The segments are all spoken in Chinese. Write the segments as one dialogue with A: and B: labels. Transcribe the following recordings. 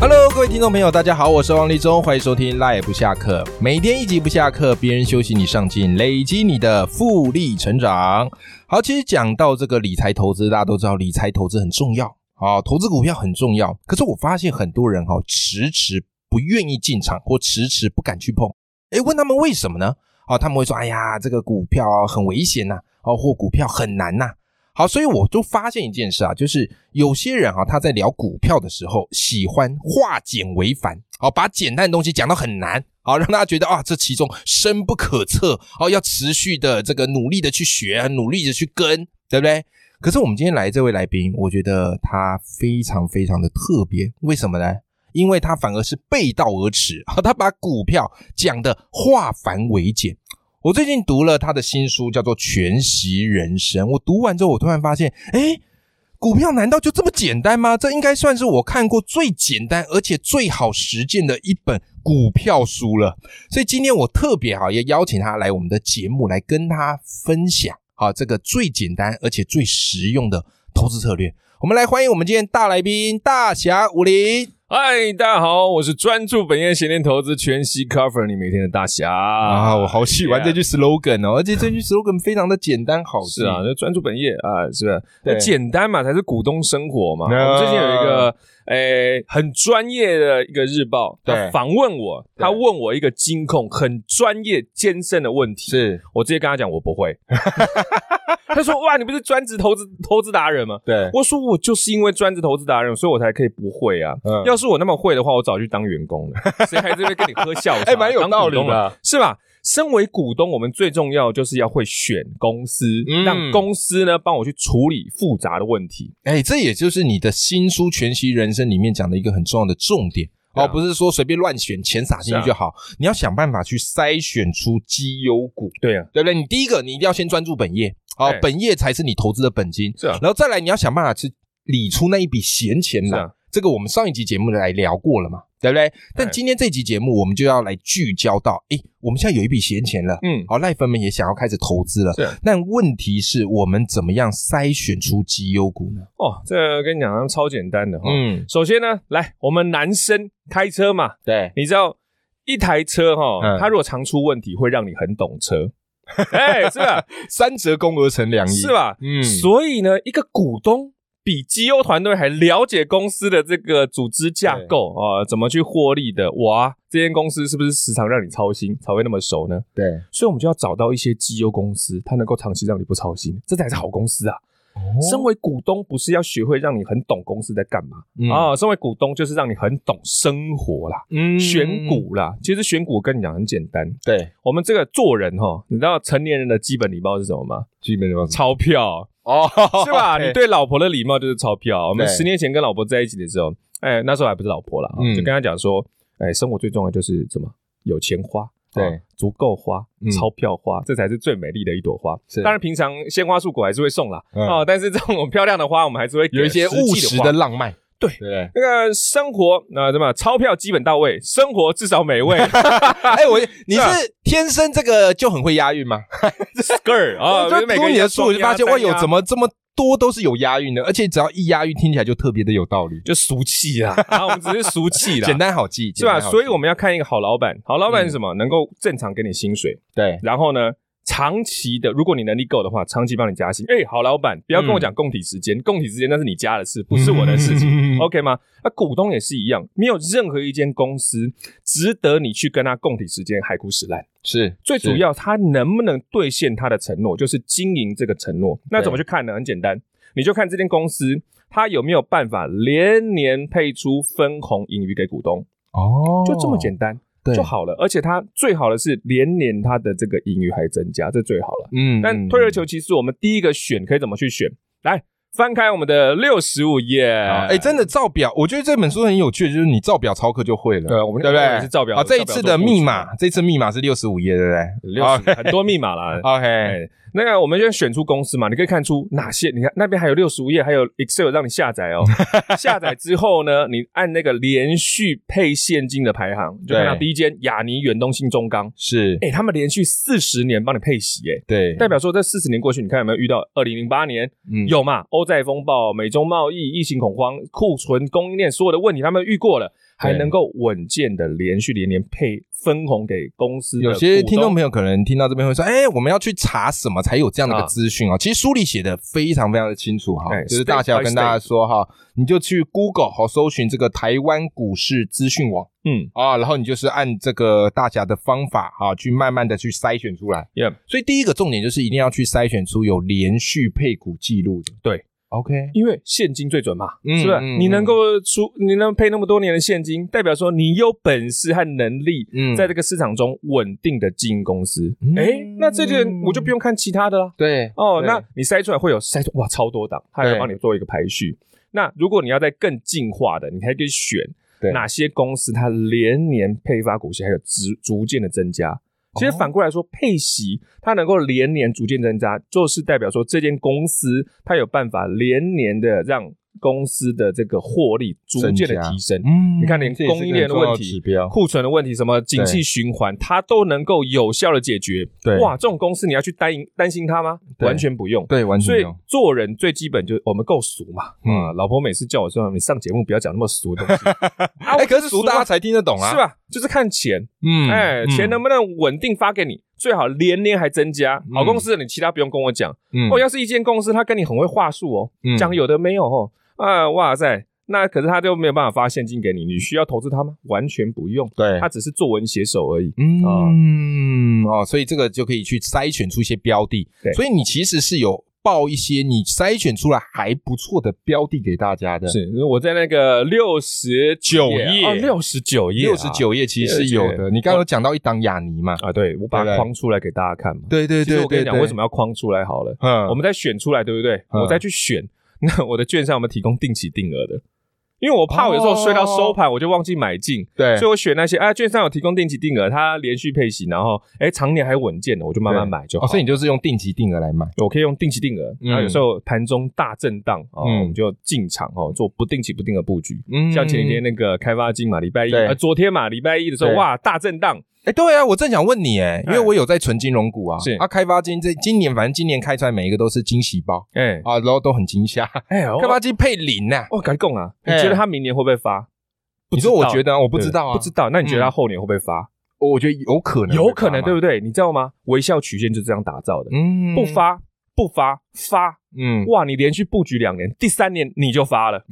A: Hello，各位听众朋友，大家好，我是王立忠，欢迎收听《赖不下课》，每天一集不下课，别人休息你上进，累积你的复利成长。好，其实讲到这个理财投资，大家都知道理财投资很重要啊、投资股票很重要。可是我发现很多人哈、迟迟不愿意进场，或迟迟不敢去碰。诶，问他们为什么呢？哦，他们会说：“哎呀，这个股票啊很危险呐、哦，或股票很难呐、好，所以我就发现一件事啊，就是有些人啊，他在聊股票的时候，喜欢化简为繁，好，把简单的东西讲到很难，好，让大家觉得啊，这其中深不可测，好，要持续的这个努力的去学，啊努力的去跟，对不对？可是我们今天来这位来宾，我觉得他非常非常的特别，为什么呢？因为他反而是背道而驰，好，他把股票讲的化繁为简。我最近读了他的新书，叫做《全息人生》。我读完之后，我突然发现，哎，股票难道就这么简单吗？这应该算是我看过最简单而且最好实践的一本股票书了。所以今天我特别哈，也邀请他来我们的节目，来跟他分享好这个最简单而且最实用的投资策略。我们来欢迎我们今天大来宾大侠武林。
B: 嗨，大家好，我是专注本业、闲钱投资、全息 cover 你每天的大侠
A: 啊，我好喜欢这句
B: Yeah
A: slogan 哦，而且这句 slogan 非常的简单好记
B: 是啊，，就专注本业啊，是不是？
A: 对
B: 那简单嘛，才是股东生活嘛。
A: No
B: 我们最近有一个诶、很专业的一个日报，
A: 对
B: 他访问我，
A: 对
B: 他问我一个金控很专业艰深的问题，
A: 是，
B: 我直接跟他讲我不会。 他说：“哇，你不是专职投资投资达人吗？”
A: 对，
B: 我说我就是因为专职投资达人，所以我才可以不会啊。
A: 嗯
B: 要是我那么会的话，我早就当员 工了，谁还在这边跟你喝下午茶？
A: 哎蛮有道理的
B: 当股东了，是吧？身为股东，我们最重要就是要会选公司，
A: 嗯
B: 让公司呢帮我去处理复杂的问题。
A: 哎、这也就是你的新书《全息人生》里面讲的一个很重要的重点。
B: 对啊啊
A: 哦，不是说随便乱选钱撒进去就好，你要想办法去筛选出绩优股，
B: 对啊，
A: 对不对？你第一个你一定要先专注本业，哦
B: 对，
A: 本业才是你投资的本金，
B: 哎是啊
A: 然后再来你要想办法去理出那一笔闲钱来。
B: 是啊哎
A: 这个我们上一集节目来聊过了嘛，对不对？但今天这集节目我们就要来聚焦到，哎，我们现在有一笔闲钱了，
B: 嗯，
A: 好，赖粉们也想要开始投资了
B: 是啊。
A: 但问题是我们怎么样筛选出绩优股呢？
B: 哦，这个跟你讲超简单的哈。
A: 嗯，
B: 首先呢，来，我们男生开车嘛，
A: 对，
B: 你知道一台车哈、
A: 嗯
B: 它如果常出问题，会让你很懂车。 哎，是吧？
A: 三折肱而成两仪，
B: 是？吧？
A: 嗯
B: 所以呢，一个股东比绩优团队还了解公司的这个组织架构啊、怎么去获利的。哇，这间公司是不是时常让你操心，才会那么熟呢？
A: 对，
B: 所以我们就要找到一些绩优公司，它能够长期让你不操心，这才是好公司啊！
A: 哦
B: 身为股东，不是要学会让你很懂公司在干嘛
A: 嗯
B: 啊、身为股东，就是让你很懂生活啦。
A: 嗯
B: 选，股啦，其实选股我跟你讲很简单。
A: 对，
B: 我们这个做人哈，你知道成年人的基本礼貌是什么吗？
A: 基本上
B: 钞票，
A: 哦，
B: 是吧？你对老婆的礼貌就是钞票。我们十年前跟老婆在一起的时候，哎，那时候还不是老婆了，
A: 嗯
B: 就跟她讲说，哎，生活最重要就是怎么有钱花。
A: 对
B: 啊足够花
A: 嗯，
B: 钞票花，这才是最美丽的一朵花
A: 是。
B: 当然，平常鲜花束果还是会送啦，
A: 嗯
B: 哦，但是这种漂亮的花，我们还是会给
A: 有一些务实
B: 花
A: 的浪漫，
B: 对
A: 对。
B: 那个生活，那、什么钞票基本到位，生活至少美 味。
A: 哎，我你
B: 是啊
A: 是天生这个就很会押韵吗？
B: skr 啊，
A: 就
B: 每
A: 读
B: 个
A: 你
B: 人
A: 的书，我就发现哇，有
B: 么？
A: 怎么这么多都是有押韵的，而且只要一押韵，听起来就特别的有道理，
B: 就俗气啦， 啊，我们只是俗气 啦，
A: 简单好记，
B: 是
A: 简
B: 吧？嗯
A: 单好记
B: 所以我们要看一个好老板，好老板是什么？能够正常给你薪水，
A: 对
B: 然后呢，长期的，如果你能力够的话，长期帮你加薪。哎，好老板，不要跟我讲供体时间，供体时间那是你家的事，不是我的事 情。
A: 情
B: OK 吗？那股东也是一样，没有任何一间公司值得你去跟他供体时间海枯石烂。
A: 是
B: 最主要，他能不能兑现他的承诺，就是经营这个承诺。那
A: 对
B: 怎么去看呢？很简单，你就看这间公司它有没有办法连年配出分红盈余给股东，
A: 哦，
B: 就这么简单
A: 对
B: 就好了。而且它最好的是连年它的这个盈余还增加，这最好了。
A: 嗯，嗯，
B: 但退而求其次，我们第一个选可以怎么去选？来翻开我们的六十五页，
A: 哎、真的造表，我觉得这本书很有趣，就是你造表操课就会了。
B: 对我们
A: 对不
B: 我
A: 对？
B: 们是造表
A: 好，这一
B: 造表
A: 次
B: 做
A: 的
B: 布
A: 密
B: 局
A: 码，这次密码是六十五页，对不对？ 。
B: 六十很多密码啦
A: OK，
B: 哎，那个我们就选出公司嘛，你可以看出哪些，你看那边还有六十五页，还有 Excel 让你下载 哦。下载之后呢，你按那个连续配现金的排行，就看到
A: 对
B: 第一间亚尼远东新中钢，
A: 是，
B: 哎、他们连续四十年帮你配息、哎。
A: 对，
B: 代表说，这四十年过去，你看有没有遇到二零零八年
A: 嗯
B: 有嘛？欧债风暴、美中贸易、疫情恐慌、库存、供应链所有的问题，他们遇过了，还
A: 对
B: 能够稳健的连续连年配分红给公司的
A: 有些听众
B: 股
A: 朋友可能听到这边会说：“哎、我们要去查什么才有这样的一个
B: 啊
A: 资讯啊？”其实书里写的非常非常的清楚哈，
B: 哎
A: 就是
B: state
A: 大侠有
B: by
A: 跟大家说哈，你就去 Google 好搜寻这个台湾股市资讯网
B: 东，嗯
A: 啊，然后你就是按这个大侠的方法哈，去慢慢的去筛选出来。
B: ，yeah，
A: 所以第一个重点就是一定要去筛选出有连续配股记录的。
B: 对
A: ，OK，
B: 因为现金最准嘛，
A: 嗯
B: 是不是？
A: 嗯
B: 你能
A: 嗯
B: 够出，你能配那么多年的现金，代表说你有本事和能力，
A: 嗯
B: 在这个市场中稳定的经营公司
A: 嗯。
B: 哎、那这点我就不用看其他的啦。
A: 对，
B: 哦，
A: 对
B: 那你筛出来会有筛出哇超多档，它还
A: 对
B: 帮你做一个排序。那如果你要再更进化的，你还可以选
A: 对
B: 哪些公司它连年配发股息，还有逐逐渐的增加。其
A: 哦
B: 实反过来说，配息它能够连年逐渐增加，就是代表说这间公司它有办法连年的让公司的这个获利逐渐的提升。
A: 嗯
B: 你看连
A: 这也是
B: 供应链的问
A: 一个很重要
B: 题
A: 指标，
B: 库存的问题，什么景气循环，它都能够有效的解决。
A: 对
B: 哇，这种公司你要去担担心它吗？
A: 对
B: 完全不用。
A: 对，完全
B: 所
A: 没
B: 以
A: 有
B: 做人最基本就是我们够俗嘛。
A: 嗯
B: 啊，老婆每次叫我说你上节目不要讲那么俗的 东西，啊
A: 哎，
B: 我
A: 可
B: 就是俗
A: 熟大家才听得懂啊，
B: 是？吧？就是看钱，
A: 嗯，
B: 哎，钱能不能稳定发给你？最好连年还增加。
A: 嗯
B: 好公司的你其他不用跟我讲。
A: 嗯
B: 哦，要是一间公司他跟你很会话术哦
A: 嗯，
B: 讲有的没有哦，啊，哇塞。那可是他就没有办法发现金给你，你需要投资他吗？完全不用，
A: 对
B: 他只是作文写手而已。
A: 嗯，哦，所以这个就可以去筛选出一些标的
B: 对。
A: 所以你其实是有报一些你筛选出来还不错的标的给大家的。
B: 是，因为我在那个六十
A: 九页
B: 页，六十九页啊，
A: 哦六十九页其实是有的。
B: 69
A: 你刚刚有讲到一档雅尼嘛？
B: 啊，对，我把
A: 对不对
B: 它框出来给大家看嘛。
A: 对对
B: 其实
A: 对
B: 我
A: 对
B: 跟你
A: 对。
B: 讲，为什么要框出来好了，
A: 嗯，
B: 我们再选出来，对不对？
A: 嗯
B: 我再去选。 那我的券商我们提供定期定额的，因为我怕我有时
A: 哦
B: 候睡到收盘我就忘记买进，
A: 对
B: 所以我选那些啊券商有提供定期定额，它连续配息，然后哎常年还稳健的，我就慢慢
A: 对
B: 买就好。
A: 哦，所以你就是用定期定额来买。
B: 我可以用定期定额，
A: 嗯
B: 然后有时候盘中大震荡哦，
A: 嗯
B: 我们就进场哦，做不定期不定额布局。
A: 嗯
B: 像前几天那个开发金嘛，礼拜一
A: 对
B: 呃昨天嘛，礼拜一的时候
A: 对
B: 哇大震荡，
A: 哎，对啊，我正想问你哎，因为
B: 哎
A: 我有在存金融股啊，
B: 是
A: 啊，开发金这今年反正今年开出来每一个都是惊喜包
B: 哎
A: 啊，然后都很惊吓。
B: 哎，
A: 开
B: 干嘛
A: 发？金配零呐？
B: 我敢讲啊，你
A: 哦哎
B: 觉得他明年会不会发？
A: 你说我觉
B: 得
A: 得啊我不知道啊，
B: 不知道。那你觉得
A: 嗯
B: 他后年会不会发？
A: 我觉得有可能，
B: 有可能，对
A: 不
B: 不对？你知道吗？微笑曲线就这样打造的，
A: 嗯
B: 不，发不发发，
A: 嗯，
B: 哇！你连续布局两年，第三年你就发了，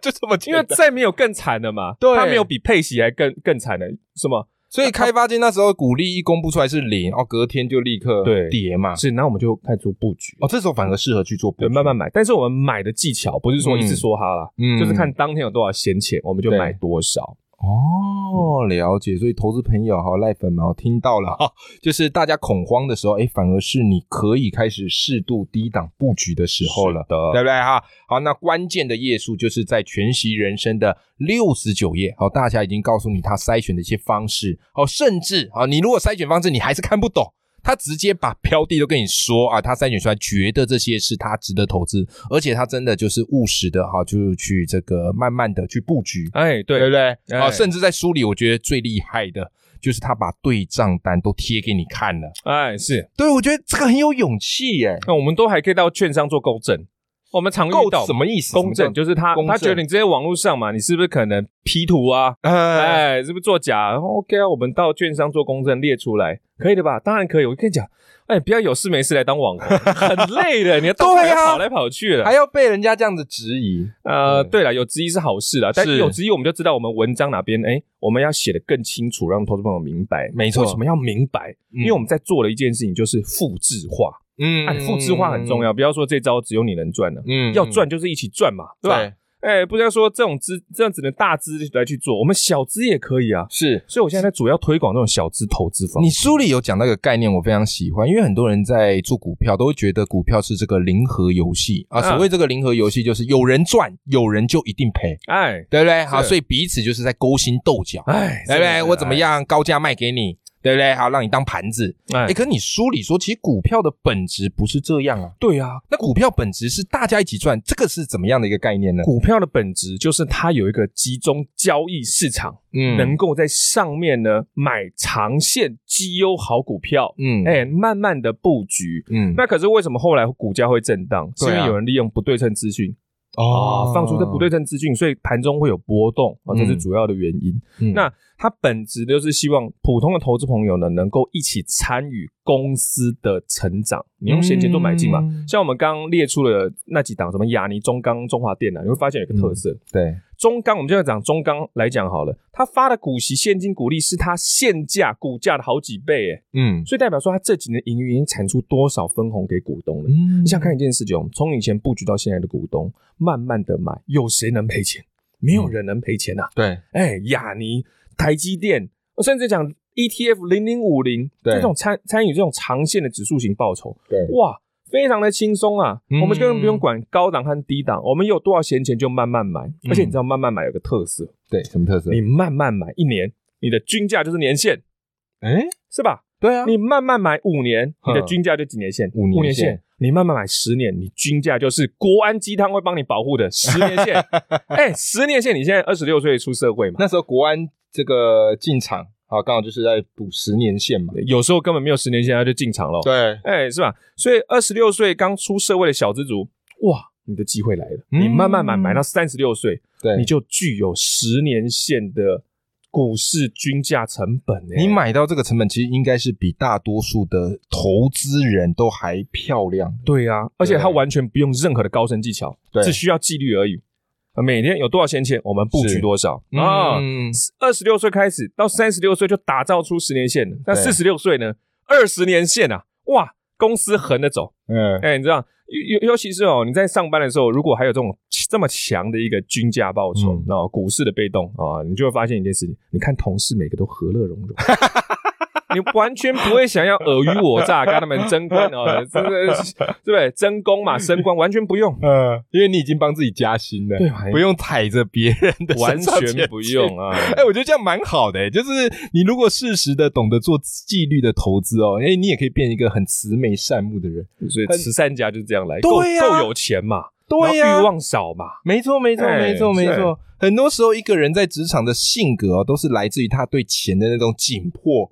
A: 就这么
B: 因为再没有更惨的嘛。
A: 对
B: 他没有比佩奇还更更惨的，什么？
A: 所以开发金那时候股利一公布出来是零，哦，隔天就立刻
B: 对
A: 跌嘛，
B: 是，那我们就开始做布局，
A: 哦，这时候反而适合去做布
B: 对，
A: 局，
B: 慢慢买。但是我们买的技巧不是说一次说哈啦，
A: 嗯
B: 就是看当天有多少闲钱，我们就
A: 对
B: 买多少。
A: 哦，了解。所以投资朋友哈，赖粉们哦，听到了哈，就是大家恐慌的时候，哎，反而是你可以开始适度低档布局的时候了，对不对哈？好，那关键的页数就是在《全息人生》的六十九页，好，大家已经告诉你他筛选的一些方式，好，甚至啊，你如果筛选方式你还是看不懂。他直接把标的都跟你说啊，他筛选出来，觉得这些是他值得投资，而且他真的就是务实的哈，就是去这个慢慢的去布局，
B: 哎，
A: 对
B: 对
A: 不对？
B: 哎
A: 啊，甚至在书里，我觉得最厉害的就是他把对账单都贴给你看了。
B: 哎，是。
A: 对，我觉得这个很有勇气耶。
B: 那我们都还可以到券商做购证，我们常遇
A: 够
B: 到
A: 什么意思？
B: 公证，就是他
A: 公证
B: 他觉得你这些网络上嘛，你是不是可能 P 图啊？
A: 哎，
B: 哎，是不是作假然后？OK 啊，我们到券商做公证列出来，可以的吧？当然可以。我跟你讲，哎，不要有事没事来当网 红，很累的，你要到处
A: 对啊
B: 跑来跑去的
A: 还。要被人家这样子质疑。
B: 呃，对了，有质疑是好事啦，但
A: 是
B: 有质疑我们就知道我们文章哪边哎，我们要写的更清楚，让投资朋友明白。
A: 没错
B: 为什么要明白？因为我们在做的一件事情就是复制化，
A: 嗯
B: 哎，复制化很重
A: 要。
B: 要，不要说这招只有你能赚了。啊
A: 嗯
B: 要赚就是一起赚嘛，对吧？？哎，不要说这种资，这样只能大资来去做，我们小资也可以啊。
A: 是。
B: 所以我现在在主要推广这种小资投资方。
A: 你书里有讲到一个概念，我非常喜欢，因为很多人在做股票都会觉得股票是这个零和游戏啊。
B: 嗯
A: 所谓这个零和游戏，就是有人赚，有人就一定赔，
B: 哎
A: 对不对？好，
B: 是
A: 所以彼此就是在勾心斗角。
B: 哎，
A: 对不
B: 真的
A: 对？
B: 是
A: 我怎么？样高价卖给你，对不对？好，让你当盘子。
B: 哎
A: 哎，可你书里说，其实股票的本质不是这样啊。
B: 对啊，
A: 那股票本质是大家一起赚，这个是怎么样的一个概念呢？
B: 股票的本质就是它有一个集中交易市场，
A: 嗯
B: 能够在上面呢买长线绩优好股票，
A: 嗯
B: 哎、慢慢的布局。
A: 嗯
B: 那可是为什么后来股价会震荡？是
A: 对啊哦
B: 因为有人利用不对称资讯啊，放出这不对称资讯，所以盘中会有波动啊，这是
A: 嗯
B: 主要的原因。
A: 嗯
B: 那它本质就是希望普通的投资朋友呢，能够一起参与公司的成长。你用闲钱做买进嘛，
A: 嗯
B: 像我们刚刚列出了那几档，什么亚尼、中钢、中华电啊，你会发现有一个特色。
A: 对，
B: 中钢，我们就要讲中钢来讲好了，它发的股息、现金股利是它现价股价的好几倍，哎，
A: 嗯
B: 所以代表说它这几年盈余已经产出多少分红给股东了。
A: 嗯
B: 你想看一件事情哦，从以前布局到现在的股东，慢慢的买，有谁能赔钱？
A: 嗯
B: 没有人能赔钱呐、
A: 对，
B: 哎，雅尼、台积电，我甚至讲 ETF 零零五零
A: 对
B: 这种参参与这种长线的指数型报酬，
A: 对
B: 哇，非常的轻松啊！
A: 嗯
B: 我们根本不用管高档和低档，我们有多少闲钱就慢慢买，而且你知道慢慢买有个特色，
A: 嗯对，什么特色
B: 你慢慢买一年，你的均价就是年限，
A: 哎，
B: 是吧？
A: 对啊，
B: 你慢慢买五年，
A: 嗯
B: 你的均价就几年线？
A: 五年线
B: 五年线。你慢慢买十年，你均价就是国安鸡汤会帮你保护的十年 线。哎、十年线，你现在二十六岁出社会嘛？
A: 那时候国安这个进场啊，刚好就是在补十年线嘛。
B: 有时候根本没有十年前他就进场了。，
A: 对，
B: 哎、是吧？所以二十六岁刚出社会的小资族，哇，你的机会来了，
A: 嗯
B: 你慢慢买，买到三十六岁，
A: 对
B: 你就具有十年线的股市均价成本、哎
A: 你买到这个成本，其实应该是比大多数的投资人都还漂亮的。
B: 对啊，而且
A: 对
B: 它完全不用任何的高深技巧
A: 对，
B: 只需要纪律而已。啊每天有多少闲钱，我们布
A: 是
B: 局多少啊？
A: 嗯
B: 二十六岁开始到三十六岁就打造出十年线了，那
A: 对
B: 四十六岁呢？二十年线啊，哇，公司横着走。
A: 嗯，
B: 哎、你知道，尤尤尤其是哦，你在上班的时候，如果还有这种这么强的一个均价报酬
A: 嗯，
B: 那、股市的被动啊，你就会发现一件事情，你看同事每个都和乐融 融。你完全不会想要尔虞我诈，跟他们争官哦，这个对不对？争功嘛，升官完全不 用，
A: 呃，因为你已经帮自己加薪了，
B: 嗯对吧
A: 不用踩着别人的
B: 完
A: 身上
B: 全不用啊！
A: 哎、我觉得这样蛮好的、就是你如果适时的懂得做纪律的投资哦，哎、你也可以变一个很慈眉善目的人。
B: 所以慈善家就是这样来，
A: 对
B: 够
A: 呀
B: 够有钱嘛，然后欲望少嘛，
A: 没错，没错，
B: 哎
A: 没错，没
B: 是
A: 错。很多时候，一个人在职场的性格哦，都是来自于他对钱的那种紧 迫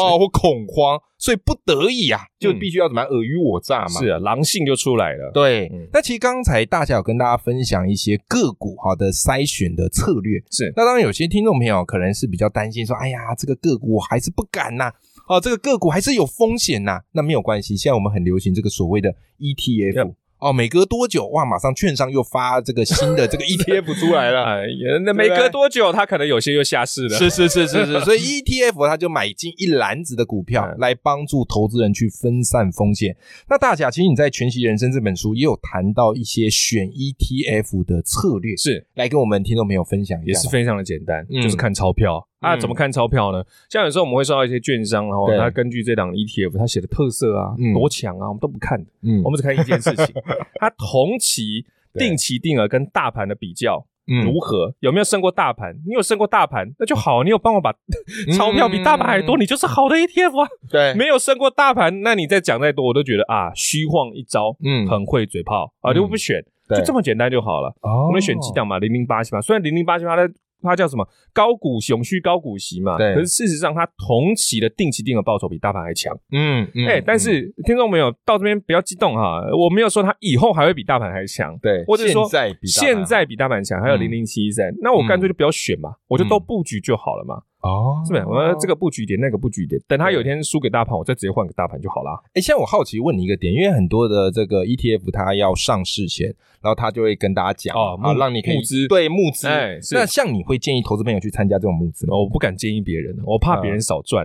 A: 哦或恐慌，所以不得已啊，就必须要怎么样尔虞我诈嘛。
B: 嗯是啊，狼性就出来了。
A: 对
B: 嗯。
A: 那其实刚才大家有跟大家分享一些个股哈的筛选的策略，
B: 是
A: 那当然有些听众朋友可能是比较担心说，哎呀，这个个股我还是不敢呐、哦，这个个股还是有风险呐、那没有关系，现在我们很流行这个所谓的 ETF。
B: Yep
A: 哦，每隔多久哇？马上券商又发这个新的这个 E ETF 出来了，
B: 哎呀，那没
A: 对不对
B: 隔多久，他可能有些又下市了。
A: 是是是是 是，所以 ETF 它就买进一篮子的股票，
B: 嗯
A: 来帮助投资人去分散风险。那大甲，其实你在《全息人生》这本书也有谈到一些选 ETF 的策略，
B: 是，
A: 来跟我们听众朋友分享一
B: 也
A: 下
B: 是
A: 吧。
B: 非常的简单，
A: 嗯
B: 就是看钞票啊。
A: 嗯
B: 怎么看钞票呢？像有时候我们会收到一些券商，然后
A: 对
B: 他根据这档 E ETF 他写的特色啊
A: 嗯、
B: 多强啊，我们都不看的，
A: 嗯
B: 我们只看一件事情， 它同期
A: 对
B: 定期定额跟大盘的比较
A: 嗯
B: 如何，有没有胜过大盘？你有胜过大盘，那就好，你有帮我把 钞票比大盘还多，你就是好的 ETF 啊。
A: 嗯对，
B: 没有胜过大盘，那你再讲再多，我都觉得啊，虚晃一招，
A: 嗯
B: 很会嘴炮啊，
A: 嗯
B: 就不选，就这
A: 么，
B: 么简单就好了。
A: 我
B: 我们选几
A: 哦
B: 档嘛，零零八七嘛，虽然零零八七它的它叫什么高股永续高股息嘛，
A: 对
B: 可是事实上它同期的定期定额报酬比大盘还强。
A: 嗯嗯
B: 哎、但是听众朋友到这边不要激动哈，我没有说它以后还会比大盘还强。
A: 对，
B: 或者说
A: 现在比大盘嗯
B: 现在比大盘强，还有零零七一三，那我干脆就不要选嘛，我就都布局就好了嘛，
A: 哦，
B: 是不是？我要这
A: 个。
B: 个布局一点，那个布局一点，等它有一天输给大盘，我再直接换个大盘就好啦。
A: 哎，现在我好奇问你一个点，因为很多的这个 ETF 它要上市前，然后它就会跟大家讲
B: 哦
A: 啊，
B: 募
A: 让你可以
B: 募资
A: 对募资。
B: 哎是
A: 那像你会建议投资朋友去参加这种募资吗？
B: 哦我不敢建议别人，我怕
A: 嗯
B: 别人少赚，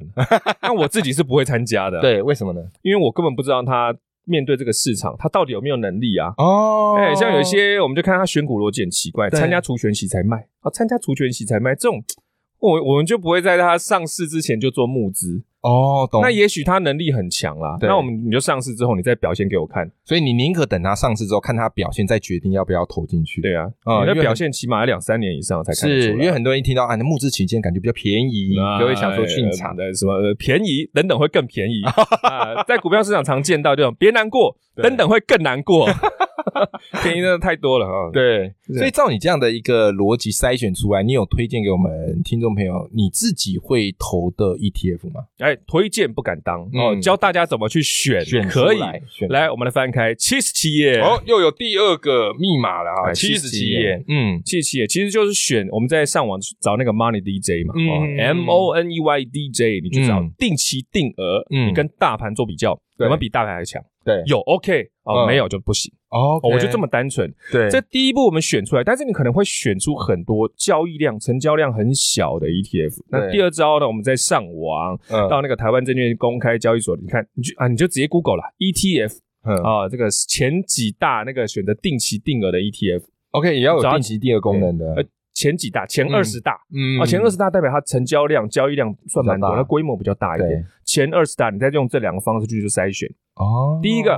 B: 那我自己是不会参加的。，
A: 对，为什么呢？
B: 因哦为我根本不知道他面对这个市场，他到底有没有能力啊？
A: 哦
B: 哎、像有一些我们就看他选股逻辑很奇怪，
A: 对
B: 参加除权息才卖哦啊，参加除权息才卖这种，我我们就不会在他上市之前就做募资，
A: 哦，懂。
B: 那也许他能力很强啦，
A: 对
B: 那我们你就上市之后，你再表现给我看。
A: 所以你宁可等他上市之后看他表现，再决定要不要投进去。，
B: 对啊，
A: 啊
B: 你
A: 因
B: 的
A: 为
B: 表现起码要两三年以上才看得出
A: 是
B: 来。哎
A: 因为很多人一听到啊，那募资期间感觉比较便宜，就会想说进场。
B: 的什么呃便宜等等会更 便宜啊，在股票市场常见到这种，别难过，
A: 对
B: 等等会更难 过， 便宜真的太多了啊。，
A: 对，
B: 是
A: 所以照你这样的一个逻辑筛选出来，你有推荐给我们听众朋友你自己会投的 ETF 吗？
B: 哎，推荐不敢当哦
A: 嗯，
B: 教大家怎么去选，
A: 出
B: 哎可以。
A: 来，选
B: 来，我们来翻开七十七页，
A: 哦，又有第二个密码了啊，
B: 哎
A: 七十七页
B: 页，
A: 嗯，
B: 七十七页其实就是选我们在上网找那个 Money DJ 嘛、
A: 嗯
B: 哦
A: 嗯
B: ，M O N E Y D J，你去找
A: 嗯
B: 定期定额，
A: 嗯
B: 你跟大盘做比较，
A: 对
B: 有没有比大盘还强？
A: 对
B: 有 OK 哦，
A: 嗯
B: 没有就不行、
A: 哦
B: 哦，我就这么单纯。
A: 对，
B: 这第一步我们选出来，但是你可能会选出很多交易量、成交量很小的 ETF。那第二招呢，我们再上网
A: 嗯
B: 到那个台湾证券公开交易所，你看，你就啊，你就直接 Google 啦 ETF
A: 嗯
B: 啊，这个前几大那个选择定期定额的 ETF，
A: ，OK，也要有
B: 只要
A: 定期第二功能的
B: 呃，，前几大，前
A: 嗯
B: 二十大。
A: 嗯
B: 啊，前二十大代表它成交量、交易量算蛮
A: 比较
B: 多，
A: 大
B: 它规模比较大一
A: 对
B: 点。前二十大，你再用这两个方式去做筛选，
A: 哦，
B: 第一个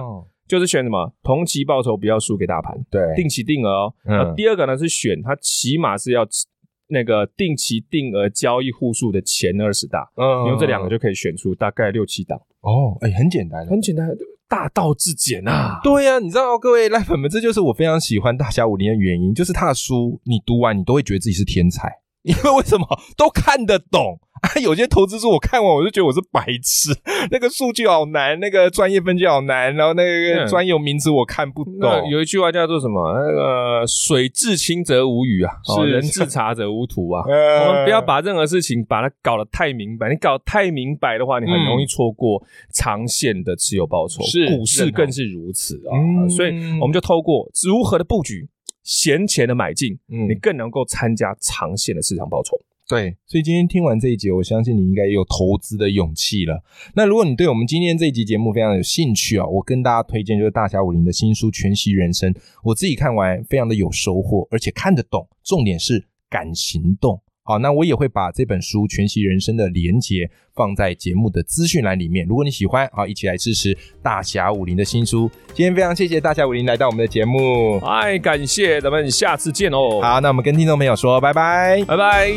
B: 就是选什么同期报酬不要输给大盘，
A: 对，
B: 定期定额哦。
A: 嗯
B: 那第二个呢是选它起码是要那个定期定额交易户数的前二十大，
A: 嗯
B: 你用这两个
A: 就
B: 就可以选出大概六七档，
A: 哦，哎，很简单，
B: 很简单，大道至简啊。
A: 对呀、你知道各位赖粉们，这就是我非常喜欢大侠武林的原因，就是他的书你读完，你都会觉得自己是天才， 因为为什么都看得懂啊？有些投资书我看完我就觉得我是白痴，那个数据好难，那个专业分析好难，然后那个
B: 嗯
A: 专有名词我看不
B: 那
A: 懂。
B: 有一句话叫做什么？那个水至清则无鱼啊，哦
A: 是
B: 人至察则无徒啊。
A: 呃
B: 我们不要把任何事情把它搞得太明白，你搞得太明白的话，你很容易错过长线的持有报酬。
A: 是
B: 股市
A: 认同
B: 更是如此啊、
A: 嗯
B: 所以我们就透过如何的布局、闲钱的买进，
A: 嗯
B: 你更能够参加长线的市场报酬。
A: 对，所以今天听完这一节，我相信你应该也有投资的勇气了。那如果你对我们今天这一集节目非常有兴趣啊，我跟大家推荐就是大侠武林的新书《全息人生》，我自己看完非常的有收获，而且看得懂，重点是敢行动。好，那我也会把这本书《全息人生》的连结放在节目的资讯栏里面。如果你喜欢，好，一起来支持大侠武林的新书。今天非常谢谢大侠武林来到我们的节目。
B: 哎，感谢，咱们下次见哦，
A: 好，那我们跟听众朋友说拜拜。
B: 拜拜。